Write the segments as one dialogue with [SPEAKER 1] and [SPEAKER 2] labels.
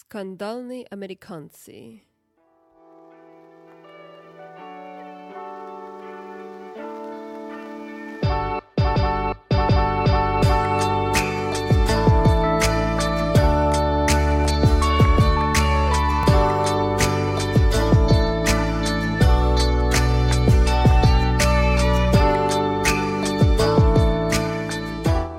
[SPEAKER 1] Скандальные американцы.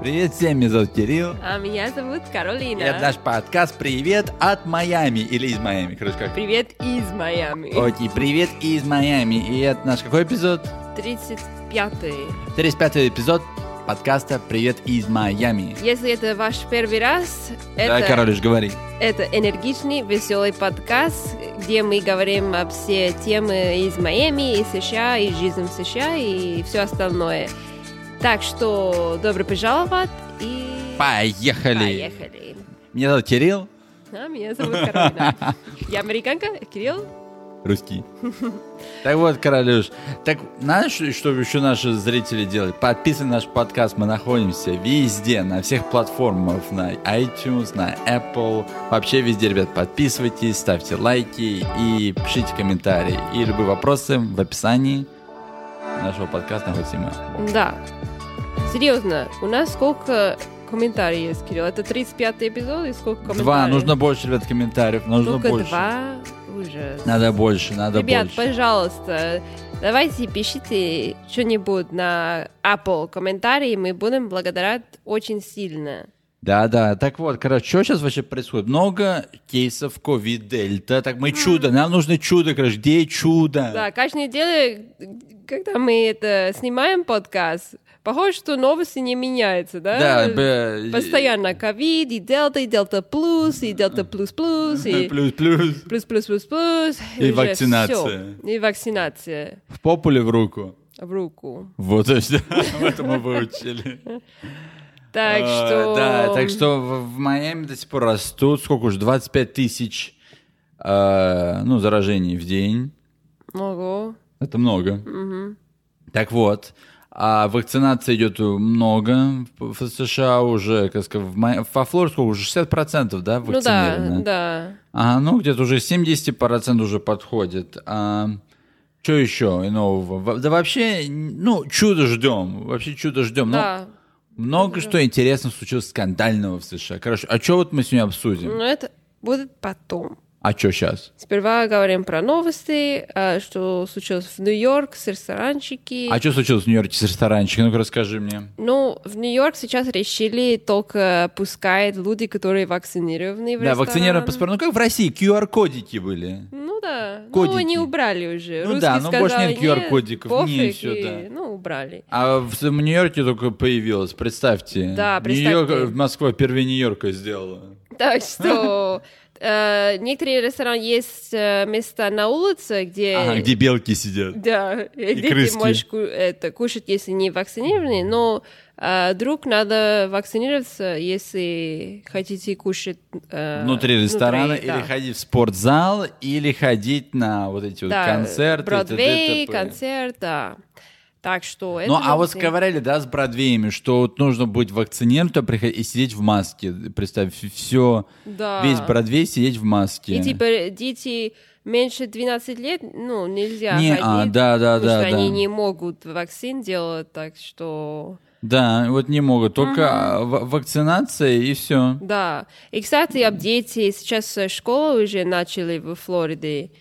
[SPEAKER 2] Привет всем, меня зовут Кирилл.
[SPEAKER 1] А меня зовут Каролина.
[SPEAKER 2] И Это наш подкаст «Привет от Майами» или «Из Майами», короче как.
[SPEAKER 1] Привет из Майами.
[SPEAKER 2] Окей, «Привет из Майами». И это наш какой эпизод?
[SPEAKER 1] 35-й.
[SPEAKER 2] 35-й эпизод подкаста «Привет из Майами».
[SPEAKER 1] Если это ваш первый раз,
[SPEAKER 2] Да,
[SPEAKER 1] это,
[SPEAKER 2] Каролиш, говори.
[SPEAKER 1] это энергичный, веселый подкаст, где мы говорим о все темы из Майами, из США, и жизни в США и все остальное. Так что добро пожаловать и
[SPEAKER 2] Поехали.
[SPEAKER 1] поехали.
[SPEAKER 2] Меня зовут Кирилл,
[SPEAKER 1] А, меня зовут Каролина. Я американка, Кирилл.
[SPEAKER 2] русский. Так вот, Каролюш, так знаешь, что еще наши зрители делают? Подписывай наш подкаст, мы находимся везде, на всех платформах, на iTunes, на Apple, вообще везде, ребят, подписывайтесь, ставьте лайки и пишите комментарии. И любые вопросы в описании нашего подкаста находится email.
[SPEAKER 1] Да. Серьезно, у нас сколько комментариев есть, Кирилл? Это 35 эпизод и сколько комментариев?
[SPEAKER 2] Два, нужно больше, ребят, комментариев, нужно
[SPEAKER 1] Только
[SPEAKER 2] больше.
[SPEAKER 1] два? Ужас.
[SPEAKER 2] Надо больше, надо
[SPEAKER 1] Ребят,
[SPEAKER 2] больше.
[SPEAKER 1] пожалуйста, давайте пишите что-нибудь на Apple комментарии, мы будем благодарить очень сильно.
[SPEAKER 2] Да, да. Так вот, короче, что сейчас вообще происходит? Много кейсов ковид-дельта. Так мы чудо, нам нужно чудо, короче, где чудо?
[SPEAKER 1] Да, каждую неделю, когда мы это снимаем подкаст, похоже, что новости не меняются, да?
[SPEAKER 2] Да, б-
[SPEAKER 1] э, Постоянно ковид, и дельта, и дельта плюс, и дельта плюс плюс, и
[SPEAKER 2] Плюс, плюс.
[SPEAKER 1] плюс плюс плюс плюс.
[SPEAKER 2] И
[SPEAKER 1] уже
[SPEAKER 2] вакцинация.
[SPEAKER 1] всё. И вакцинация
[SPEAKER 2] В популе в руку.
[SPEAKER 1] в руку.
[SPEAKER 2] Вот и все. Это мы выучили.
[SPEAKER 1] Так
[SPEAKER 2] Э,
[SPEAKER 1] что...
[SPEAKER 2] Да, так что в в Майами до сих пор растут. Сколько уже? 25 тысяч э, ну, заражений в день.
[SPEAKER 1] Ого.
[SPEAKER 2] Это много. Так вот, а вакцинация идет много в в США уже, как сказать, в Май- во Флориде сколько уже 60% да,
[SPEAKER 1] Ну да,
[SPEAKER 2] вакцинировано?
[SPEAKER 1] да.
[SPEAKER 2] Ага, ну где-то уже 70% уже подходит. А что еще и нового? Во- Да вообще, ну, чудо ждем, вообще чудо ждем. Но
[SPEAKER 1] Да.
[SPEAKER 2] много что интересного случилось скандального в США. Короче, а что вот мы сегодня обсудим?
[SPEAKER 1] Но это будет потом.
[SPEAKER 2] А что сейчас?
[SPEAKER 1] Сперва говорим про новости, а, что случилось в Нью-Йорк с ресторанчики.
[SPEAKER 2] А что случилось в Нью-Йорке с ресторанчиком? Ну-ка расскажи мне.
[SPEAKER 1] Ну, в Нью-Йорк сейчас решили только пускать люди, которые вакцинированы в
[SPEAKER 2] Да,
[SPEAKER 1] ресторан.
[SPEAKER 2] вакцинированный паспорт. Ну как в России, QR-кодики были.
[SPEAKER 1] Ну да.
[SPEAKER 2] Кодики.
[SPEAKER 1] Ну, они убрали уже.
[SPEAKER 2] Ну
[SPEAKER 1] Русские
[SPEAKER 2] да, ну, больше
[SPEAKER 1] сказали,
[SPEAKER 2] нет QR-кодиков,
[SPEAKER 1] пофиг,
[SPEAKER 2] не, всё,
[SPEAKER 1] и,
[SPEAKER 2] да.
[SPEAKER 1] Ну, убрали.
[SPEAKER 2] А в, в Нью-Йорке только появилось, представьте.
[SPEAKER 1] Да, представьте.
[SPEAKER 2] Нью-Йорк, э, Москва впервые Нью-Йорка сделала.
[SPEAKER 1] Так что э, некоторые рестораны есть э, места на улице, где...
[SPEAKER 2] Ага, где белки сидят.
[SPEAKER 1] Да, и где
[SPEAKER 2] крыски.
[SPEAKER 1] ты можешь ку- это, кушать, если не вакцинированный, но э, вдруг надо вакцинироваться, если хотите кушать... э,
[SPEAKER 2] Внутри ресторана
[SPEAKER 1] внутри,
[SPEAKER 2] или
[SPEAKER 1] да.
[SPEAKER 2] ходить в спортзал, или ходить на вот эти вот
[SPEAKER 1] Да,
[SPEAKER 2] концерты.
[SPEAKER 1] Бродвей,
[SPEAKER 2] т.д., т.п.
[SPEAKER 1] концерт, да. Так что... это
[SPEAKER 2] Ну, а вот
[SPEAKER 1] вакци-
[SPEAKER 2] говорили, да, с Бродвеями, что вот нужно быть вакцинированным приходить и сидеть в маске. Представь, все,
[SPEAKER 1] Да.
[SPEAKER 2] весь Бродвей сидеть в маске.
[SPEAKER 1] И типа дети меньше 12 лет, ну, нельзя
[SPEAKER 2] Не,
[SPEAKER 1] ходить,
[SPEAKER 2] а, да, да,
[SPEAKER 1] потому
[SPEAKER 2] да,
[SPEAKER 1] что они
[SPEAKER 2] да.
[SPEAKER 1] не могут вакцин делать, так что...
[SPEAKER 2] Да, вот не могут, только а, ва- вакцинация и все.
[SPEAKER 1] Да. И, кстати, об дети. Сейчас э, школу уже начали в Флориде.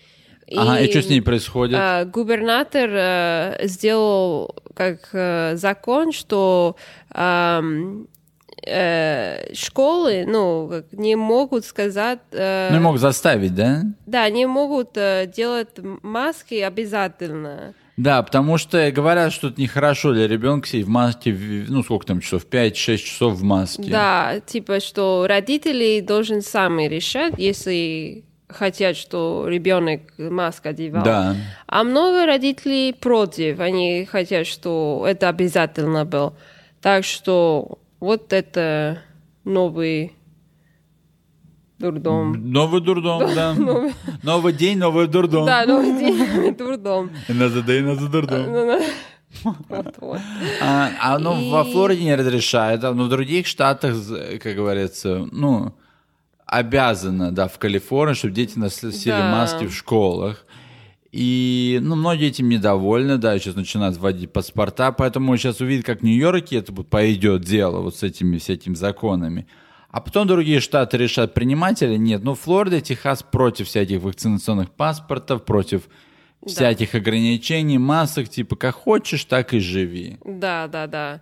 [SPEAKER 2] Ага, и что с ней происходит?
[SPEAKER 1] э, губернатор э, сделал как э, закон, что эм, э, школы, ну, как не могут сказать... э,
[SPEAKER 2] Ну, не могут заставить, да?
[SPEAKER 1] Да, не могут э, делать м- маски обязательно.
[SPEAKER 2] Да, потому что говорят, что это нехорошо для ребенка сидеть в маске, в- ну, сколько там часов, 5-6 часов в маске.
[SPEAKER 1] Да, типа, что родители должен сами решать, если хотят, что ребенок маску одевал.
[SPEAKER 2] Да.
[SPEAKER 1] А много родителей против, они хотят, что это обязательно было. Так что вот это новый дурдом.
[SPEAKER 2] Новый дурдом, да. Новый день, новый дурдом.
[SPEAKER 1] Ну, Да, новый день дурдом.
[SPEAKER 2] Надо да и надо дурдом.
[SPEAKER 1] Ну, ну, вот, вот.
[SPEAKER 2] А, а, ну,
[SPEAKER 1] И-
[SPEAKER 2] во Флориде не разрешают, а, но в других штатах, з- как говорится, ну, а- обязана, да, в Калифорнии, чтобы дети носили
[SPEAKER 1] Да.
[SPEAKER 2] маски в школах. И, ну, многие этим недовольны, да, сейчас начинают вводить паспорта, поэтому сейчас увидят, как в Нью-Йорке это вот пойдет дело вот с этими всякими законами. А потом другие штаты решат, принимать или нет. Ну, Флорида, Техас против всяких вакцинационных паспортов, против всяких ограничений, масок, типа, как хочешь, так и живи.
[SPEAKER 1] Да, да, да.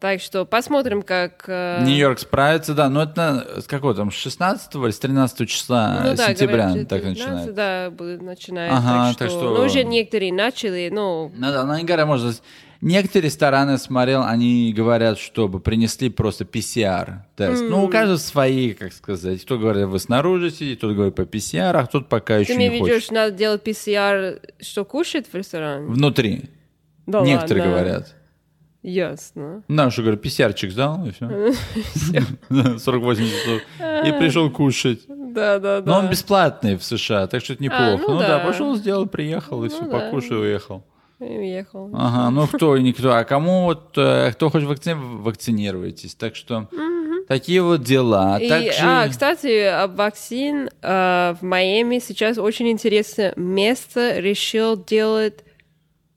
[SPEAKER 1] Так что посмотрим, как... э,
[SPEAKER 2] Нью-Йорк справится, да, но это на- с какого там, с 16 или с 13 числа
[SPEAKER 1] ну да,
[SPEAKER 2] А, сентября
[SPEAKER 1] говорят,
[SPEAKER 2] так
[SPEAKER 1] 19,
[SPEAKER 2] начинает.
[SPEAKER 1] Да, будет начинать.
[SPEAKER 2] Ага,
[SPEAKER 1] так,
[SPEAKER 2] так
[SPEAKER 1] что...
[SPEAKER 2] что-
[SPEAKER 1] Ну, уже некоторые начали, ну...
[SPEAKER 2] Ну да, но они говорят, может, некоторые рестораны смотрел, они говорят, чтобы принесли просто PCR-тест. Ну, у каждого свои, как сказать. Кто говорит, вы снаружи сидите, кто говорит по PCR, а кто-то пока еще
[SPEAKER 1] Ты мне
[SPEAKER 2] не хочет.
[SPEAKER 1] ведешь, надо делать PCR, что кушать в ресторане?
[SPEAKER 2] Внутри.
[SPEAKER 1] Да
[SPEAKER 2] некоторые
[SPEAKER 1] ладно.
[SPEAKER 2] говорят.
[SPEAKER 1] Ясно.
[SPEAKER 2] Ну, что говорят, PCR-чик сдал, и все. 48 часов. И пришел кушать.
[SPEAKER 1] Да, да, да.
[SPEAKER 2] Но он бесплатный в США, так что это неплохо.
[SPEAKER 1] ну
[SPEAKER 2] ну, да.
[SPEAKER 1] да. Ну
[SPEAKER 2] пошел, сделал, приехал, и все,
[SPEAKER 1] да.
[SPEAKER 2] покушал, и уехал.
[SPEAKER 1] И уехал.
[SPEAKER 2] Ага, ну кто и никто. А кому вот, э, кто хочет вакци... вакцинируйтесь. Так что такие вот дела.
[SPEAKER 1] И-
[SPEAKER 2] Также-
[SPEAKER 1] А, кстати, об вакцин э, в Майами сейчас очень интересное место решил делать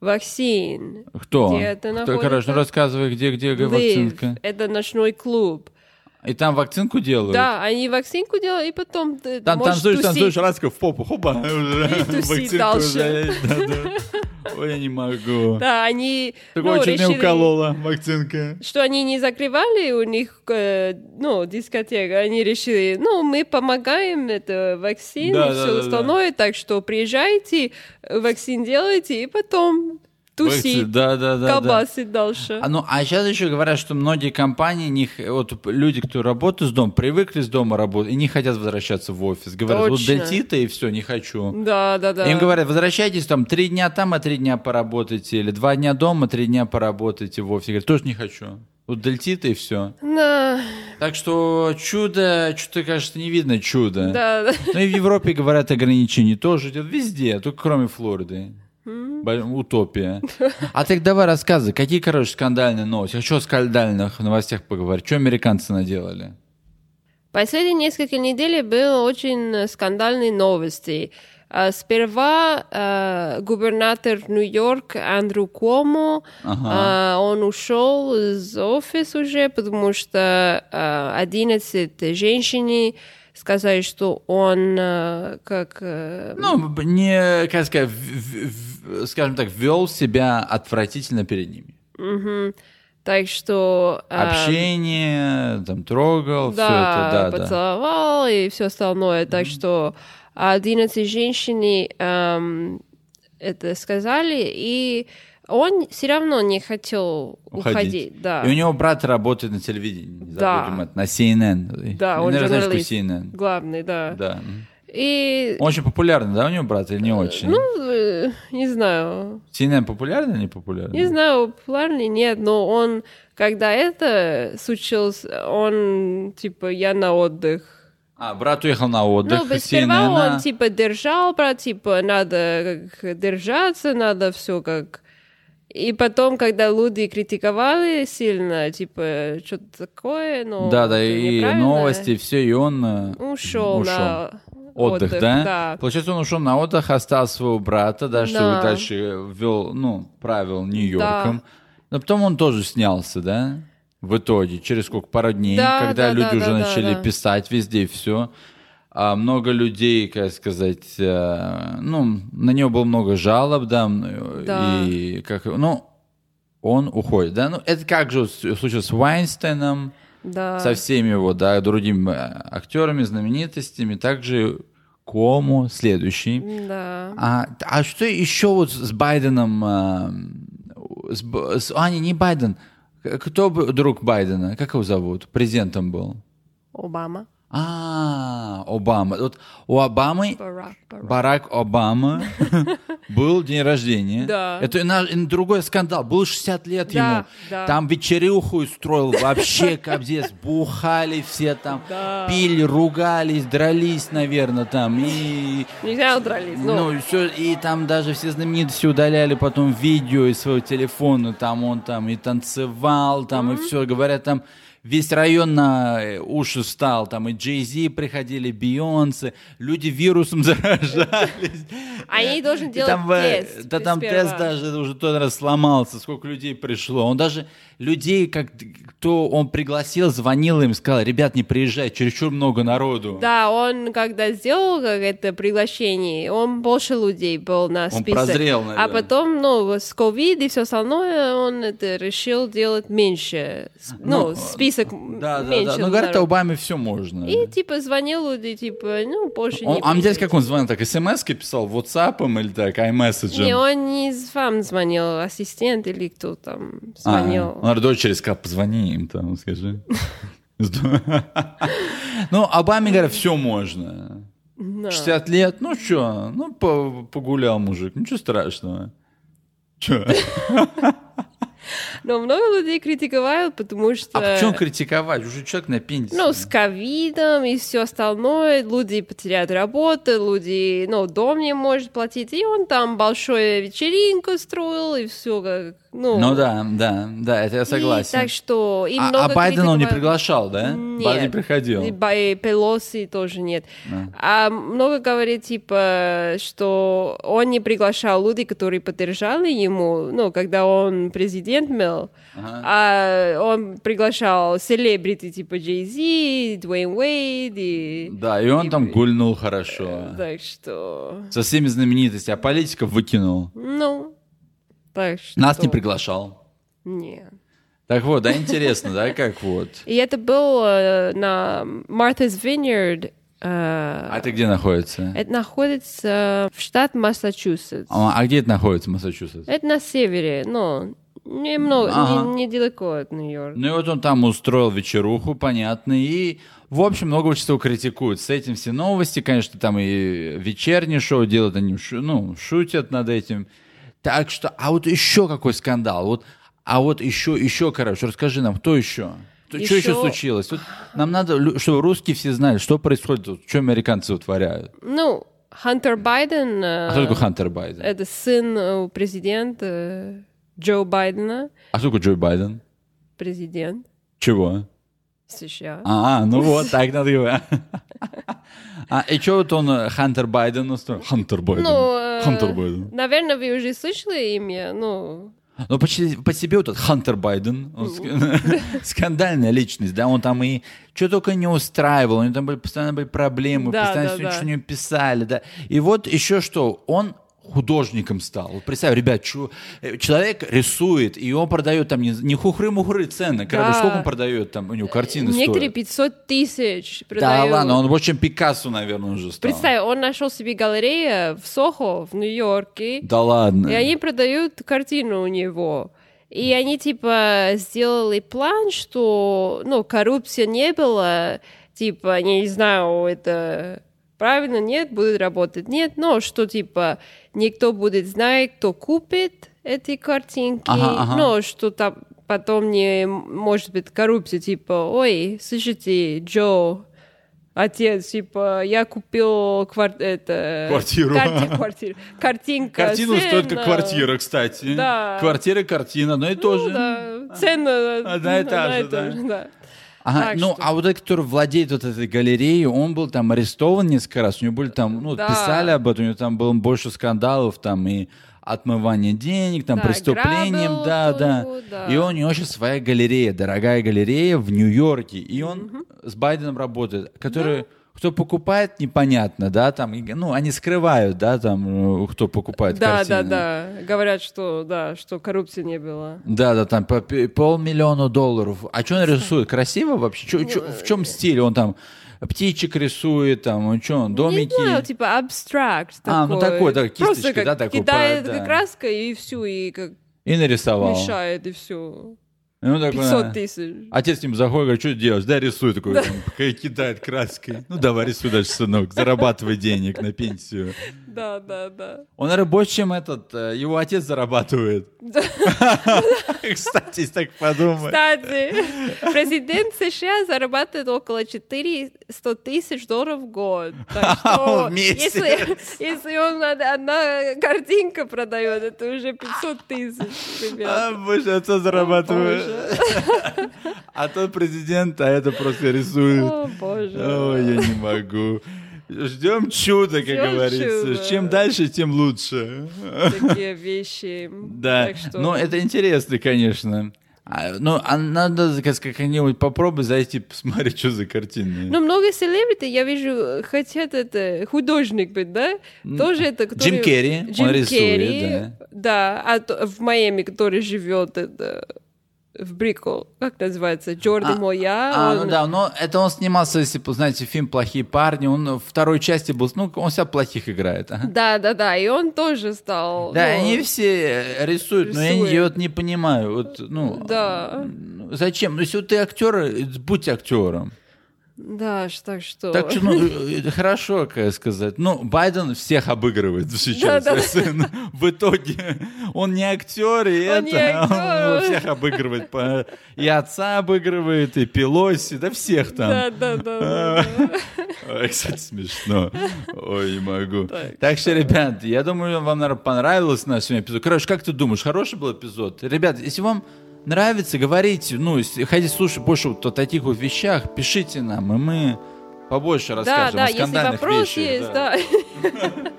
[SPEAKER 1] вакцин.
[SPEAKER 2] кто?
[SPEAKER 1] где это
[SPEAKER 2] кто?
[SPEAKER 1] находится?
[SPEAKER 2] Короче, ну рассказывай, где, где
[SPEAKER 1] Лив.
[SPEAKER 2] вакцинка.
[SPEAKER 1] Это ночной клуб.
[SPEAKER 2] И там вакцинку делают?
[SPEAKER 1] Да, они вакцинку делают, и потом ты
[SPEAKER 2] Там
[SPEAKER 1] можешь
[SPEAKER 2] танцуешь,
[SPEAKER 1] тусить.
[SPEAKER 2] танцуешь, раз как в попу, хопа, уже
[SPEAKER 1] туси
[SPEAKER 2] вакцинку
[SPEAKER 1] дальше.
[SPEAKER 2] залезть, да, да. Ой, я не могу.
[SPEAKER 1] Да, они
[SPEAKER 2] Такое
[SPEAKER 1] ну,
[SPEAKER 2] очень меня
[SPEAKER 1] решили,
[SPEAKER 2] уколола вакцинка.
[SPEAKER 1] что они не закрывали у них э, ну, дискотека. Они решили, ну, мы помогаем, это вакцин
[SPEAKER 2] Да,
[SPEAKER 1] и
[SPEAKER 2] да,
[SPEAKER 1] все
[SPEAKER 2] да, да.
[SPEAKER 1] остальное, так что приезжайте, вакцин делайте, и потом тусить.
[SPEAKER 2] Вакци- Да, да, да. да.
[SPEAKER 1] колбасить дальше.
[SPEAKER 2] А ну, а сейчас еще говорят, что многие компании, не х- вот люди, кто работают с дома, привыкли с дома работать и не хотят возвращаться в офис. Говорят,
[SPEAKER 1] Точно.
[SPEAKER 2] вот дойти-то и все, не хочу.
[SPEAKER 1] Да, да, да.
[SPEAKER 2] ну, Им говорят, возвращайтесь там три дня там, а три дня поработайте, или два дня дома, три дня поработайте в офисе. Говорят, тоже не хочу. Вот дельти-то и все.
[SPEAKER 1] Да,
[SPEAKER 2] Так что чудо, что-то, кажется, не видно чудо.
[SPEAKER 1] да, да.
[SPEAKER 2] Ну и в Европе, говорят, ограничения тоже идет везде, только кроме Флориды. Бо- Утопия. А так давай рассказывай, какие, короче, скандальные новости? Хочу о скандальных новостях поговорить. Что американцы наделали?
[SPEAKER 1] Последние несколько недель было очень э, скандальные новости. А, Сперва э, губернатор Нью-Йорк Андрю Кому, а, он ушел из офиса уже, потому что э, 11 женщин сказали, что он э, как... э,
[SPEAKER 2] Ну, б- не, как сказать, в- в- в- скажем так, вел себя отвратительно перед ними.
[SPEAKER 1] мгм. Так что... э,
[SPEAKER 2] Общение, там, трогал, все
[SPEAKER 1] да,
[SPEAKER 2] это, да, да.
[SPEAKER 1] поцеловал и все остальное. Так что 11 женщины эм, это сказали, и он все равно не хотел уходить. да.
[SPEAKER 2] И у него брат работает на телевидении, не
[SPEAKER 1] Да.
[SPEAKER 2] забудем это, на CNN.
[SPEAKER 1] Да, он
[SPEAKER 2] Наверное, знаешь, какой
[SPEAKER 1] журналист.
[SPEAKER 2] CNN.
[SPEAKER 1] Главный, да.
[SPEAKER 2] Да.
[SPEAKER 1] И,
[SPEAKER 2] Он очень популярный, да, у него брат или не очень?
[SPEAKER 1] ну, э, не знаю,
[SPEAKER 2] CNN популярный или не популярный?
[SPEAKER 1] не знаю, популярный нет, но он, когда это случилось, он, типа, я на отдых.
[SPEAKER 2] А, брат уехал на отдых.
[SPEAKER 1] Ну,
[SPEAKER 2] CNN,
[SPEAKER 1] сперва он
[SPEAKER 2] а-
[SPEAKER 1] типа держал, брат, типа надо как держаться, надо все как. И потом, когда люди критиковали сильно, типа что-то такое, но
[SPEAKER 2] Да, да, и новости, все, и он э,
[SPEAKER 1] ушел, на
[SPEAKER 2] Отдых, да? Получается, он ушел на отдых, оставил своего брата, да, что
[SPEAKER 1] Да.
[SPEAKER 2] чтобы дальше вел, ну, правил Нью-Йорком. Но потом он тоже снялся, да? В итоге, через сколько, пару дней,
[SPEAKER 1] Да,
[SPEAKER 2] когда
[SPEAKER 1] да,
[SPEAKER 2] люди
[SPEAKER 1] да,
[SPEAKER 2] уже
[SPEAKER 1] да, да,
[SPEAKER 2] начали
[SPEAKER 1] да.
[SPEAKER 2] писать везде и все. много людей, как сказать, э, ну, на него было много жалоб, да, м,
[SPEAKER 1] Да.
[SPEAKER 2] и как, ну, он уходит, да? Ну, это как же с- случай с Вайнстейном,
[SPEAKER 1] Да.
[SPEAKER 2] со всеми его, да, другими э, актерами, знаменитостями, также Кому следующий.
[SPEAKER 1] Да.
[SPEAKER 2] А, а что еще вот с Байденом, э, с, Б- с- а не, не Байден, К- кто бы- друг Байдена, как его зовут, президентом был?
[SPEAKER 1] Обама.
[SPEAKER 2] А, Обама. Вот у Обамы
[SPEAKER 1] Барак. Барак.
[SPEAKER 2] Барак Обама был день рождения.
[SPEAKER 1] Да.
[SPEAKER 2] Это и на- и на другой скандал. Был 60 лет
[SPEAKER 1] Да,
[SPEAKER 2] ему.
[SPEAKER 1] да.
[SPEAKER 2] Там вечерюху устроил вообще кобзец. Бухали все там.
[SPEAKER 1] Да.
[SPEAKER 2] Пили, ругались, дрались, наверное, там. И...
[SPEAKER 1] Нельзя удрались. но-
[SPEAKER 2] Ну, и всё, и там даже все знаменитости удаляли потом видео из своего телефона, там он там и танцевал, там и все, говорят, там весь район на э, уши встал, там и Джей-Зи приходили, Бейонсе, люди вирусом заражались.
[SPEAKER 1] А ей должен
[SPEAKER 2] И
[SPEAKER 1] делать
[SPEAKER 2] там, э,
[SPEAKER 1] тест.
[SPEAKER 2] да там
[SPEAKER 1] сперва.
[SPEAKER 2] тест даже уже тот раз сломался, сколько людей пришло. Он даже людей, как кто он пригласил, звонил им, сказал, ребят, не приезжай, чересчур много народу.
[SPEAKER 1] Да, он когда сделал как это приглашение, он больше людей был на
[SPEAKER 2] Он
[SPEAKER 1] списке.
[SPEAKER 2] прозрел,
[SPEAKER 1] А
[SPEAKER 2] наверное.
[SPEAKER 1] потом, ну, с ковид и все остальное, он это решил делать меньше. С- Ну,
[SPEAKER 2] Ну,
[SPEAKER 1] список м-
[SPEAKER 2] Да, да,
[SPEAKER 1] меньше.
[SPEAKER 2] да. Ну, говорят,
[SPEAKER 1] народ.
[SPEAKER 2] Обаме все можно.
[SPEAKER 1] И типа звонил люди, типа, ну, больше
[SPEAKER 2] Он,
[SPEAKER 1] не
[SPEAKER 2] а мне
[SPEAKER 1] будет.
[SPEAKER 2] здесь как он звонил? Так смс писал, WhatsApp или так, А, iMessage?
[SPEAKER 1] Не, он не вам звонил, ассистент или кто там звонил.
[SPEAKER 2] он говорит, дочери сказал, позвони им там, скажи. Ну, Обаме, говорят, все можно.
[SPEAKER 1] Да.
[SPEAKER 2] 60 лет, ну что, ну по- погулял мужик, ничего страшного. Чё?
[SPEAKER 1] Но много людей критиковали, потому что...
[SPEAKER 2] А почему критиковать? Уже человек на пенсии.
[SPEAKER 1] Ну, с ковидом и все остальное, люди потеряют работу, люди, ну, дом не может платить, и он там большую вечеринку строил, и все как, ну...
[SPEAKER 2] Ну да, да, да, это я
[SPEAKER 1] И
[SPEAKER 2] согласен.
[SPEAKER 1] так что... И
[SPEAKER 2] А-
[SPEAKER 1] много
[SPEAKER 2] а, Байдена он не
[SPEAKER 1] критиковали.
[SPEAKER 2] приглашал, да?
[SPEAKER 1] Нет.
[SPEAKER 2] Байден
[SPEAKER 1] И
[SPEAKER 2] приходил. А.
[SPEAKER 1] Ба- и Пелоси тоже нет.
[SPEAKER 2] Да.
[SPEAKER 1] А много говорит, типа, что он не приглашал людей, которые поддержали ему, ну, когда он президент был,
[SPEAKER 2] Ага.
[SPEAKER 1] а он приглашал селебрити типа Джей Зи, Дуэйн Уэйд и...
[SPEAKER 2] Да, и он
[SPEAKER 1] и-
[SPEAKER 2] там гульнул хорошо.
[SPEAKER 1] Так что...
[SPEAKER 2] Со всеми знаменитостями, а политиков выкинул.
[SPEAKER 1] Ну, так что...
[SPEAKER 2] Нас не приглашал.
[SPEAKER 1] Нет.
[SPEAKER 2] Так вот, да, интересно, да, как вот.
[SPEAKER 1] И это было на Martha's Vineyard. э,
[SPEAKER 2] А это где находится?
[SPEAKER 1] Это находится в штат Массачусетс.
[SPEAKER 2] А а где это находится, Массачусетс?
[SPEAKER 1] Это на севере, но немного,
[SPEAKER 2] Ага.
[SPEAKER 1] не- недалеко от Нью-Йорка.
[SPEAKER 2] Ну и вот он там устроил вечеруху, понятно, и, в общем, много чего критикуют. С этим все новости, конечно, там и вечернее шоу делают, они шу- ну, шутят над этим. Так что, а вот еще какой скандал, вот, а вот еще, еще, короче, расскажи нам, кто еще? Что еще,
[SPEAKER 1] Еще-
[SPEAKER 2] случилось? Вот нам надо, лю- чтобы русские все знали, что происходит, вот, что американцы утворяют.
[SPEAKER 1] Ну, Хантер Байден... э,
[SPEAKER 2] А кто такой Хантер Байден?
[SPEAKER 1] Это сын э, у президента э, Джо Байдена,
[SPEAKER 2] А кто такой Джо Байден?
[SPEAKER 1] президент
[SPEAKER 2] Чего?
[SPEAKER 1] США.
[SPEAKER 2] А, ну вот, так надо говорить. А, и что вот он, э, Хантер Байден устроил? Хантер Байден.
[SPEAKER 1] Ну, э,
[SPEAKER 2] Хантер Байден.
[SPEAKER 1] Наверное, вы уже слышали имя, ну...
[SPEAKER 2] Ну, почти, по себе вот этот Хантер Байден, он ск- скандальная личность, да, он там и что только не устраивал, у него там были, постоянно были проблемы,
[SPEAKER 1] Да,
[SPEAKER 2] постоянно
[SPEAKER 1] да,
[SPEAKER 2] всё
[SPEAKER 1] да.
[SPEAKER 2] ничего не писали, да. И вот еще что, он художником стал. Вот представь, ребят, чу- э, человек рисует, и он продает там не, не хухры-мухры цены, короче,
[SPEAKER 1] Да.
[SPEAKER 2] сколько он продает там, у него картины
[SPEAKER 1] Некоторые
[SPEAKER 2] стоят.
[SPEAKER 1] 500 тысяч
[SPEAKER 2] Да
[SPEAKER 1] продают.
[SPEAKER 2] ладно, он в общем Пикассо, наверное, уже стал.
[SPEAKER 1] Представь, он нашел себе галерею в Сохо, в Нью-Йорке,
[SPEAKER 2] Да ладно.
[SPEAKER 1] и они продают картину у него. И они, типа, сделали план, что, ну, коррупции не было, типа, не знаю, это правильно, нет, будет работать, нет, но что, типа, никто будет знать, кто купит эти картинки,
[SPEAKER 2] Ага, ага.
[SPEAKER 1] но что там потом не может быть коррупция, типа, ой, слышите, Джо, отец, типа, я купил квар- это,
[SPEAKER 2] Квартиру.
[SPEAKER 1] карти- квартиру, картинка,
[SPEAKER 2] Картина стоит
[SPEAKER 1] цена».
[SPEAKER 2] как квартира, кстати.
[SPEAKER 1] Да.
[SPEAKER 2] Квартира, картина, одно и
[SPEAKER 1] Ну,
[SPEAKER 2] то же.
[SPEAKER 1] да, цена
[SPEAKER 2] Одна и та
[SPEAKER 1] одна
[SPEAKER 2] же, да.
[SPEAKER 1] да.
[SPEAKER 2] Ага,
[SPEAKER 1] Так
[SPEAKER 2] ну,
[SPEAKER 1] что-
[SPEAKER 2] а вот этот, который владеет вот этой галереей, он был там арестован несколько раз, у него были там, ну,
[SPEAKER 1] Да.
[SPEAKER 2] писали об этом, у него там было больше скандалов, там и отмывание денег, там
[SPEAKER 1] Да, грабил
[SPEAKER 2] преступлением, да,
[SPEAKER 1] кто
[SPEAKER 2] да.
[SPEAKER 1] его, да.
[SPEAKER 2] И у него сейчас своя галерея, дорогая галерея в Нью-Йорке, и он с Байденом работает, который... Кто покупает, непонятно, да, там, и, ну, они скрывают, да, там, э, кто покупает
[SPEAKER 1] Да, да,
[SPEAKER 2] картины.
[SPEAKER 1] да. Говорят, что да, что коррупции не было.
[SPEAKER 2] Да, да, там по пи- полмиллиона долларов. А что он рисует? Красиво вообще? Чё- чё- в чем стиль? Он там птичек рисует, там, он что, он домики?
[SPEAKER 1] Не знаю, типа абстракт.
[SPEAKER 2] А, ну, такой, да,
[SPEAKER 1] Просто
[SPEAKER 2] кисточкой,
[SPEAKER 1] как
[SPEAKER 2] да, такой,
[SPEAKER 1] кидает
[SPEAKER 2] по- да.
[SPEAKER 1] краска и все, и как
[SPEAKER 2] И нарисовал.
[SPEAKER 1] мешает, и все.
[SPEAKER 2] Ну, такой,
[SPEAKER 1] 500
[SPEAKER 2] а,
[SPEAKER 1] тысяч.
[SPEAKER 2] Отец с ним заходит, говорит, что ты делаешь? Да, рисуй такой, там, к- кидает краской. Ну, давай рисуй дальше, сынок, зарабатывай денег на пенсию.
[SPEAKER 1] Да, да, да.
[SPEAKER 2] Он, наверное, больше, чем этот, э, его отец зарабатывает.
[SPEAKER 1] Да.
[SPEAKER 2] Кстати, если так подумать.
[SPEAKER 1] Кстати, президент США зарабатывает около 400 тысяч долларов в год. Так что,
[SPEAKER 2] В месяц.
[SPEAKER 1] если, если он од- одна картинка продает, это уже 500 тысяч, ребят.
[SPEAKER 2] А, больше отца зарабатывает.
[SPEAKER 1] Боже.
[SPEAKER 2] А тот президент, а это просто рисует.
[SPEAKER 1] О, боже.
[SPEAKER 2] Ой, я не могу. Ждем чуда, как
[SPEAKER 1] Ждём
[SPEAKER 2] говорится.
[SPEAKER 1] чуда.
[SPEAKER 2] Чем дальше, тем лучше.
[SPEAKER 1] Такие вещи.
[SPEAKER 2] Да,
[SPEAKER 1] Так что-
[SPEAKER 2] ну это интересно, конечно. А, Ну, а надо как- как-нибудь попробовать зайти, посмотреть, что за картины.
[SPEAKER 1] Но Ну, много селебрити, я вижу, хотят это художник быть, да? Тоже это который...
[SPEAKER 2] Джим Керри,
[SPEAKER 1] Джим
[SPEAKER 2] он рисует,
[SPEAKER 1] Керри,
[SPEAKER 2] да.
[SPEAKER 1] да. А то- в Майами, который живет это, в Брико, как называется, Джордан
[SPEAKER 2] А,
[SPEAKER 1] Моя,
[SPEAKER 2] А, ну
[SPEAKER 1] он-
[SPEAKER 2] да, но это он снимался, если, бы, знаете, фильм «Плохие парни», он во второй части был, ну, он себя плохих играет. ага.
[SPEAKER 1] да, да, да, и он тоже стал.
[SPEAKER 2] Да,
[SPEAKER 1] ну,
[SPEAKER 2] они все э, рисуют, но я, не- я вот не понимаю, вот, ну,
[SPEAKER 1] Да.
[SPEAKER 2] ну, зачем? Ну, если вот ты актер, э, будь актером.
[SPEAKER 1] Да, ш- так что...
[SPEAKER 2] Так что, ну, э, хорошо, как сказать. Ну, Байден всех обыгрывает сейчас.
[SPEAKER 1] Да, да.
[SPEAKER 2] Ну, В итоге он не актер, и
[SPEAKER 1] Он
[SPEAKER 2] это,
[SPEAKER 1] не
[SPEAKER 2] а он
[SPEAKER 1] актер.
[SPEAKER 2] всех обыгрывает. По- И отца обыгрывает, и Пелоси, да всех
[SPEAKER 1] Да,
[SPEAKER 2] там.
[SPEAKER 1] да, да, да.
[SPEAKER 2] А, Ой, Кстати, смешно. Ой, не могу.
[SPEAKER 1] Так
[SPEAKER 2] Так что, ребят, я думаю, вам, наверное, понравилось наш сегодня эпизод. Короче, как ты думаешь, хороший был эпизод? Ребят, если вам нравится, говорите, ну, если хотите слушать больше вот о таких вот вещах, пишите нам, и мы
[SPEAKER 1] Да,
[SPEAKER 2] побольше расскажем
[SPEAKER 1] да,
[SPEAKER 2] о
[SPEAKER 1] если
[SPEAKER 2] скандальных
[SPEAKER 1] вопрос
[SPEAKER 2] вещах,
[SPEAKER 1] есть, да.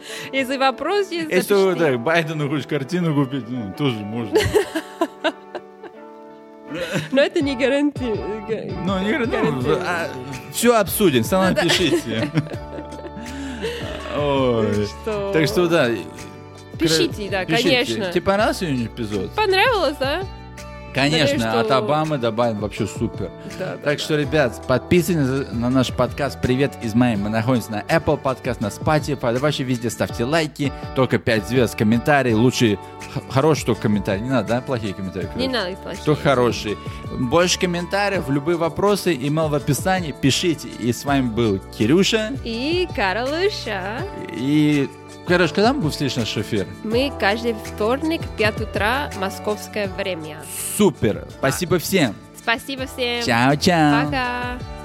[SPEAKER 1] Если вопрос есть,
[SPEAKER 2] Если вы
[SPEAKER 1] запишите.
[SPEAKER 2] так, Байдену хочешь картину купить, ну, тоже можно.
[SPEAKER 1] Но это не гарантия.
[SPEAKER 2] Ну, не все обсудим, сама
[SPEAKER 1] Ну,
[SPEAKER 2] пишите. Ой. э, Так что, да.
[SPEAKER 1] ну Пишите, да,
[SPEAKER 2] пишите.
[SPEAKER 1] конечно.
[SPEAKER 2] Тебе понравился сегодняшний эпизод?
[SPEAKER 1] Понравилось, да?
[SPEAKER 2] Конечно,
[SPEAKER 1] Надеюсь,
[SPEAKER 2] от
[SPEAKER 1] что-
[SPEAKER 2] Обамы до Байдена вообще супер.
[SPEAKER 1] Да,
[SPEAKER 2] Так что, ребят, подписывайтесь на наш подкаст «Привет из Майами». Мы находимся на Apple Podcast, на Spotify, да вообще везде ставьте лайки, только 5 звезд, комментарии, лучше х- хорошие только комментарии, не надо, да, плохие комментарии?
[SPEAKER 1] Не надо их
[SPEAKER 2] Только
[SPEAKER 1] плохие.
[SPEAKER 2] хорошие. Больше комментариев, любые вопросы, имейл в описании, пишите. И с вами был Кирюша.
[SPEAKER 1] И Карлуша.
[SPEAKER 2] И, короче, когда мы будем слышать наш эфир?
[SPEAKER 1] Мы каждый вторник, 5 утра, московское время.
[SPEAKER 2] Супер! Спасибо всем!
[SPEAKER 1] Спасибо всем.
[SPEAKER 2] Чао-чао!
[SPEAKER 1] Пока.